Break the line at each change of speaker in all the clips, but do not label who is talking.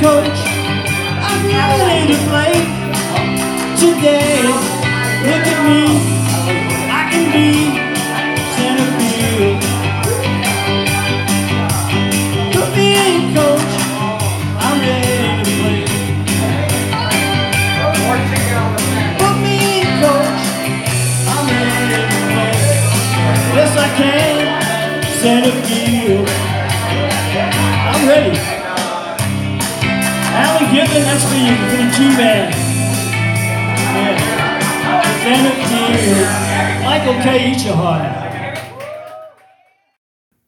coach. I'm ready to play today. Look at me, I can be center field. Put me in, coach. I'm ready to play. Put me in, coach. I'm ready to play. Yes, I can. Center field. I'm ready. Alan Gibbon, that's for you, for the G-Man. Yeah. Center field. Michael K. Eat your heart out.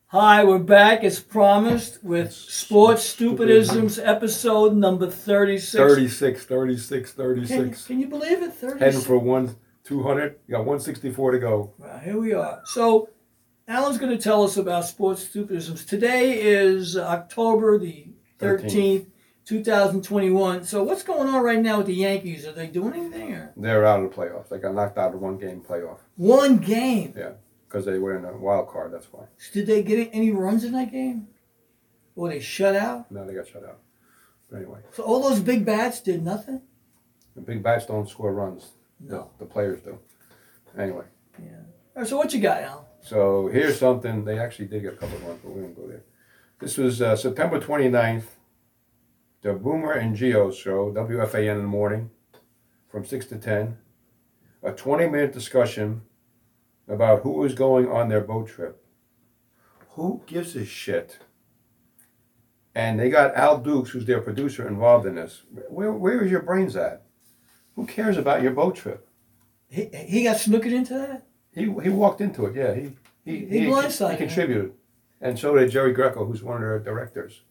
Hi, we're back as promised with Sports Stupidisms episode number 36.
36, 36,
Can,
36.
can you believe it? 36.
Heading for one, 200. You got 164 to go.
Well, here we are. So, Alan's going to tell us about sports stupidisms. Today is October the 13th, 2021. So, what's going on right now with the Yankees? Are they doing anything? Or?
They're out of the playoffs. They got knocked out of one game playoff.
One game.
Yeah. Because they were in a wild card. That's why.
Did they get any runs in that game? Or they shut out?
Now they got shut out. But anyway,
So, all those big bats did nothing?
the big bats don't score runs.
No.
The players do. Anyway.
Yeah. All right, so, what you got, Alan?
So here's something. They actually did get a couple of runs, but we won't go there. This was uh, September 29th. The Boomer and Geo show, WFAN in the morning, from 6 to 10. A 20 minute discussion about who was going on their boat trip. Who gives a shit? And they got Al Dukes, who's their producer, involved in this. Where, where is your brains at? Who cares about your boat trip?
He, he got snookered into that?
He he walked into it. Yeah, he he
He
he,
blindsided
he
him.
contributed, and so did Jerry Greco, who's one of their directors.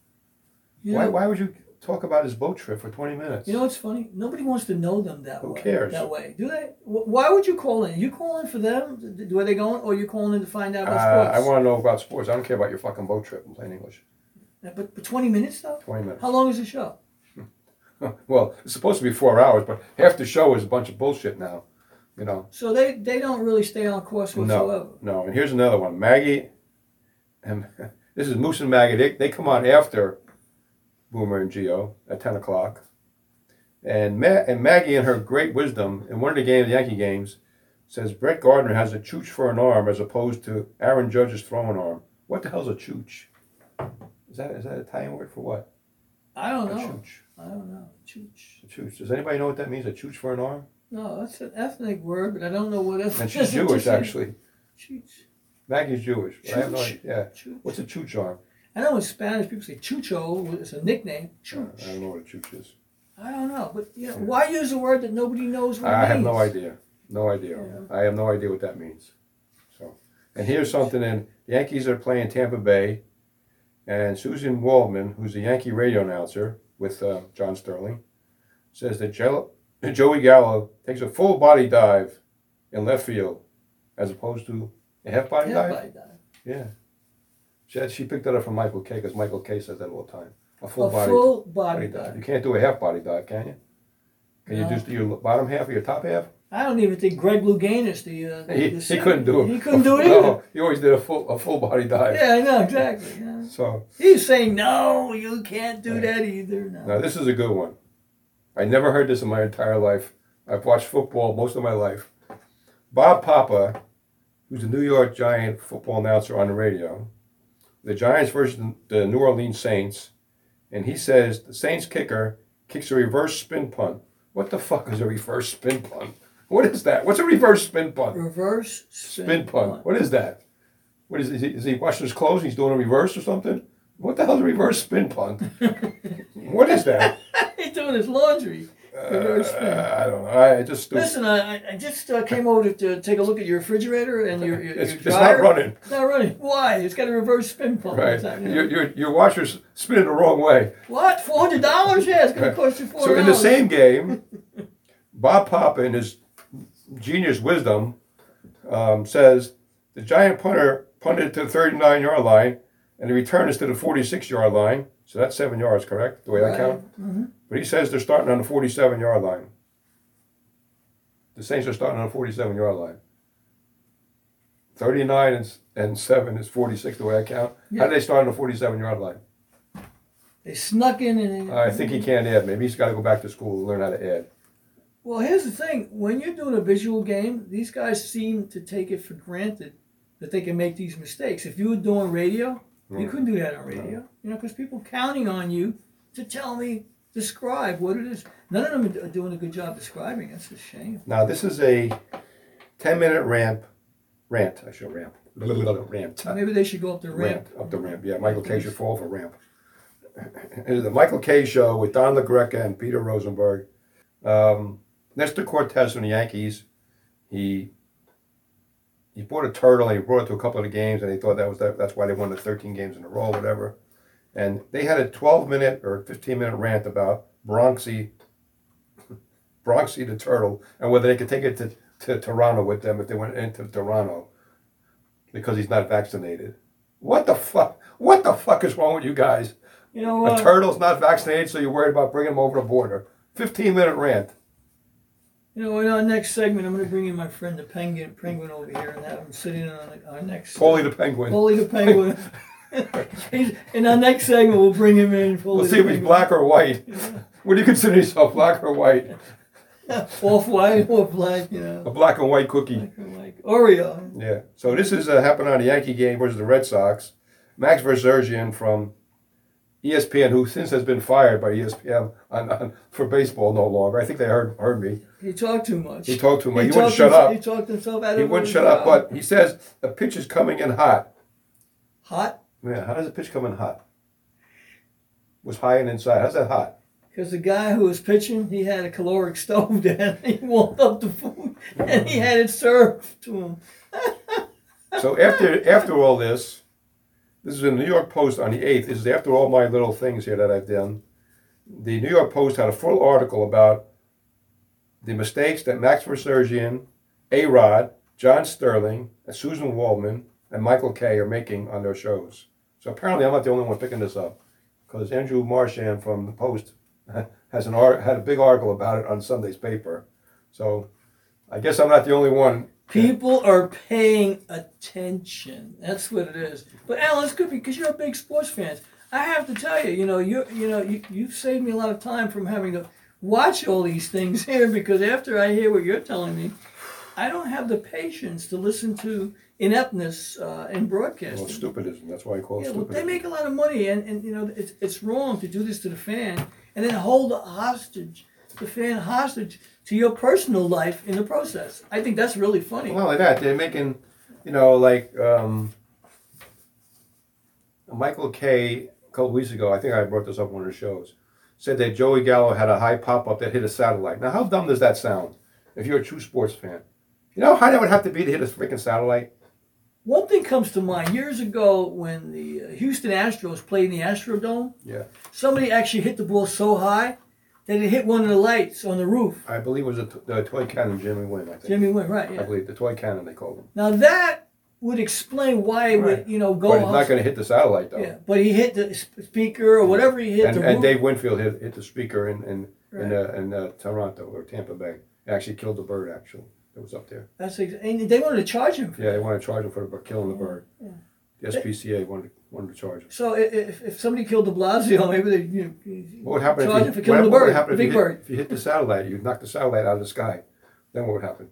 You
Why
know-
why would you talk about his boat trip for twenty minutes?
You know what's funny? Nobody wants to know them that
Who
way.
cares?
That way, do they? Wh- Why would you call in? You calling for them? D- d- Where they going? Or you calling in to find out
uh,
about sports?
I want to know about sports. I don't care about your fucking boat trip. I'm playing English.
Yeah, But, but twenty minutes though.
20 minutes.
How long is the show?
Well, it's supposed to be four hours, but half the show is a bunch of bullshit now. You know.
So they they don't really stay on course whatsoever.
No, no. And here's another one. Maggie, and this is Moose and Maggie. They, they come on after Boomer and Geo at ten o'clock, and Ma- and Maggie, in her great wisdom, in one of the games, the Yankee games, says Brett Gardner has a chooch for an arm as opposed to Aaron Judge's throwing arm. What the hell's a chooch? Is that is that an Italian word for what?
I don't
A
know.
chooch.
I don't know. Chooch.
A chooch. Does anybody know what that means? A chooch for an arm?
No, that's an ethnic word, but I don't know what else.
And she's Jewish, actually.
Chooch.
Maggie's Jewish. but I have no
Chooch.
idea. Yeah.
Chooch.
What's a chooch arm?
I know in Spanish people say chucho. It's a nickname.
I don't
Chooch.
know what a chooch is.
I don't know, but you know, why use a word that nobody knows what it
I have
means?
no idea. No idea. I have no idea what that means. So, and here's something in Yankees are playing Tampa Bay, and Susan Waldman, who's a Yankee radio announcer with uh, John Sterling, says that Jell- Joey Gallo takes a full body dive in left field as opposed to a half body dive.
Everybody does.
Yeah. She, had- she picked that up from Michael K because Michael K says that all the time. A full
a
body,
full body
body
dive.
dive. You can't do a half body dive, can you? Can
No.
you just do your bottom half or your top half?
I don't even think Greg Louganis, the, uh,
He,
the
he couldn't do it.
He couldn't do it either.
No, he always did a full a full body dive.
Yeah, I know exactly. Yeah.
So
He's saying no, you can't do that either. No.
now this is a good one. I never heard this in my entire life. I've watched football most of my life. Bob Papa, who's a New York Giant football announcer on the radio, the Giants versus the New Orleans Saints, and he says the Saints kicker kicks a reverse spin punt. What the fuck is a reverse spin punt? What is that? What's a reverse spin punt?
Reverse spin,
Spin punt. What is that? What is, is he? Is he washing his clothes? and He's doing a reverse or something? What the hell's a reverse spin punt? what is that?
He's doing his laundry. Reverse spin.
Uh, I don't know. I it just it's,
Listen, I, I- I just uh, came over to, to take a look at your refrigerator and your, your,
it's
your
not
dryer.
running.
It's not running. Why? It's got a reverse spin pump.
Right.
It's not- you know.
Your, your your washer's spinning the wrong way.
What? Four hundred dollars? Yeah, it's going to cost you four.
So in the same game, Bob Papa, in his genius wisdom, um, says the giant punter punted to the 39 yard line, and the return is to the 46 yard line. So that's seven yards, correct? The way I
Right.
count. But he says they're starting on the 47 yard line. The Saints are starting on the 47 yard line. 39 and, and 7 is 46, the way I count. How do they start on the 47 yard line?
They snuck in and.
I think he can't add. Maybe he's got to go back to school and learn how to add.
Well, here's the thing: when you're doing a visual game, these guys seem to take it for granted that they can make these mistakes. If you were doing radio, you
Mm.
couldn't do that on radio, you know, because people counting on you to tell me describe what it is. None of them are do- doing a good job describing. That's a shame.
Now this is a ten-minute ramp, rant. I should ramp, rant.
Maybe they should go up the ramp.
Uh, ramp up the ramp. Yeah, Michael K. show fall for ramp. It is the Michael K. show with Don LaGreca and Peter Rosenberg. Um, Nestor Cortez from the Yankees. He he bought a turtle. and He brought it to a couple of the games, and they thought that was that, that's why they won the thirteen games in a row, whatever. And they had a twelve minute or fifteen minute rant about Bronxy, Bronxy the turtle, and whether they could take it to, to Toronto with them if they went into Toronto because he's not vaccinated. What the fuck? What the fuck is wrong with you guys?
You know,
A
uh,
turtle's not vaccinated, so you're worried about bringing him over the border. 15 minute rant.
you know, in our next segment, I'm going to bring in my friend the penguin, penguin over here, and have him sit in on our next.
Paulie the Penguin.
Foley the penguin. He's- in our next segment, we'll bring him in. Foley
Let's
the
see if he's
Penguin.
black or white. What do you consider yourself, black or white?
off white or black, you know.
A black and white cookie.
Like, like Oreo.
Yeah. So this is uh, happened on a Yankee game versus the Red Sox. Max Verzergian from E ESPN, who since has been fired by E ESPN on, on, for baseball no longer. I think they heard heard me.
He talked too much.
He talked to me. He,
talked
wouldn't shut
himself-
up.
He talked himself out
He
of
wouldn't
his
shut
job.
up, but he says the pitch is coming in hot.
hot
Yeah, how does the pitch come in hot? Was high and inside. How's that hot?
because the guy who was pitching, he had a caloric stove down. He warmed up the food and he had it served to him.
So after after all this, this is in the New York Post on the eighth. This is after all my little things here that I've done. The New York Post had a full article about the mistakes that Max Versergian, A Rod, John Sterling, and Susan Waldman, and Michael Kay are making on their shows. So apparently, I'm not the only one picking this up because Andrew Marchand from the Post has an art, had a big article about it on Sunday's paper. So I guess I'm not the only one.
People are paying attention. That's what it is. But Alan, it's good because you're a big sports fan. I have to tell you, you know, you you know, you, you've saved me a lot of time from having to watch all these things here because after I hear what you're telling me, I don't have the patience to listen to ineptness uh, in
Well,
broadcasting.
stupidism. That's why I call it
Yeah, well,
stupidism.
they make a lot of money, and, and you know it's it's wrong to do this to the fan, and then hold hostage the fan hostage to your personal life in the process. I think that's really funny.
Well, not only that, they're making, you know, like um, Michael K. a couple weeks ago, I think I brought this up on one of the shows, said that Joey Gallo had a high pop up that hit a satellite. Now, how dumb does that sound if you're a true sports fan? You know how high that would have to be to hit a freaking satellite?
One thing comes to mind years ago when the uh, Houston Astros played in the Astrodome,
Yeah.
somebody actually hit the ball so high that it hit one of the lights on the roof.
I believe it was a t- the toy cannon Jimmy Wynn, I think.
Jimmy went right.
I
Yeah.
believe the toy cannon they called him.
Now that would explain why it
Right.
would you know go
But it's not
off-
going to hit the satellite, though.
yeah, but he hit the sp- speaker or whatever he hit
and,
the
and
roof.
Dave Winfield hit, hit the speaker in in in,
Right.
uh, in uh, Toronto or Tampa Bay. Actually, killed the bird. Actually, that was up there.
That's ex- and they wanted to charge him. for
Yeah, they wanted to charge him for the- killing the bird.
Yeah.
The SPCA wanted wanted to charge him.
So i- if, if somebody killed De Blasio, maybe they you know,
What would happen
charge him
if
for
you,
killing
what,
the
what
bird,
would happen
the
if you,
big
hit,
bird.
if you hit the satellite? You'd knock the satellite out of the sky. Then what would happen?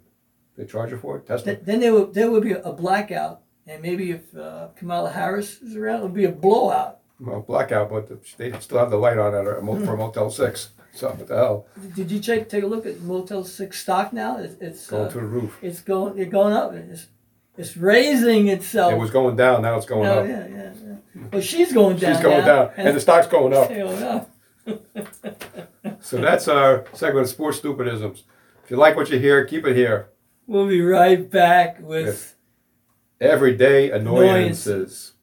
They charge you for it. Tesla.
Th- then there would there would be a blackout, and maybe if uh, Kamala Harris is around, it would be a blowout.
well, blackout, but the, they still have the light on at a,
Hmm.
mo- for Motel Six. So what the hell?
Did you take take a look at Motel Six stock now? It's it's
Going
uh,
to the roof.
it's going it's going up. It's it's raising itself.
It was going down. Now it's going
oh,
up.
yeah, yeah, yeah. Well, she's going down.
She's going
now,
down, and the stock's going up.
it's going up.
So that's our segment of sports stupidisms. If you like what you hear, keep it here.
We'll be right back with.
Everyday annoyances.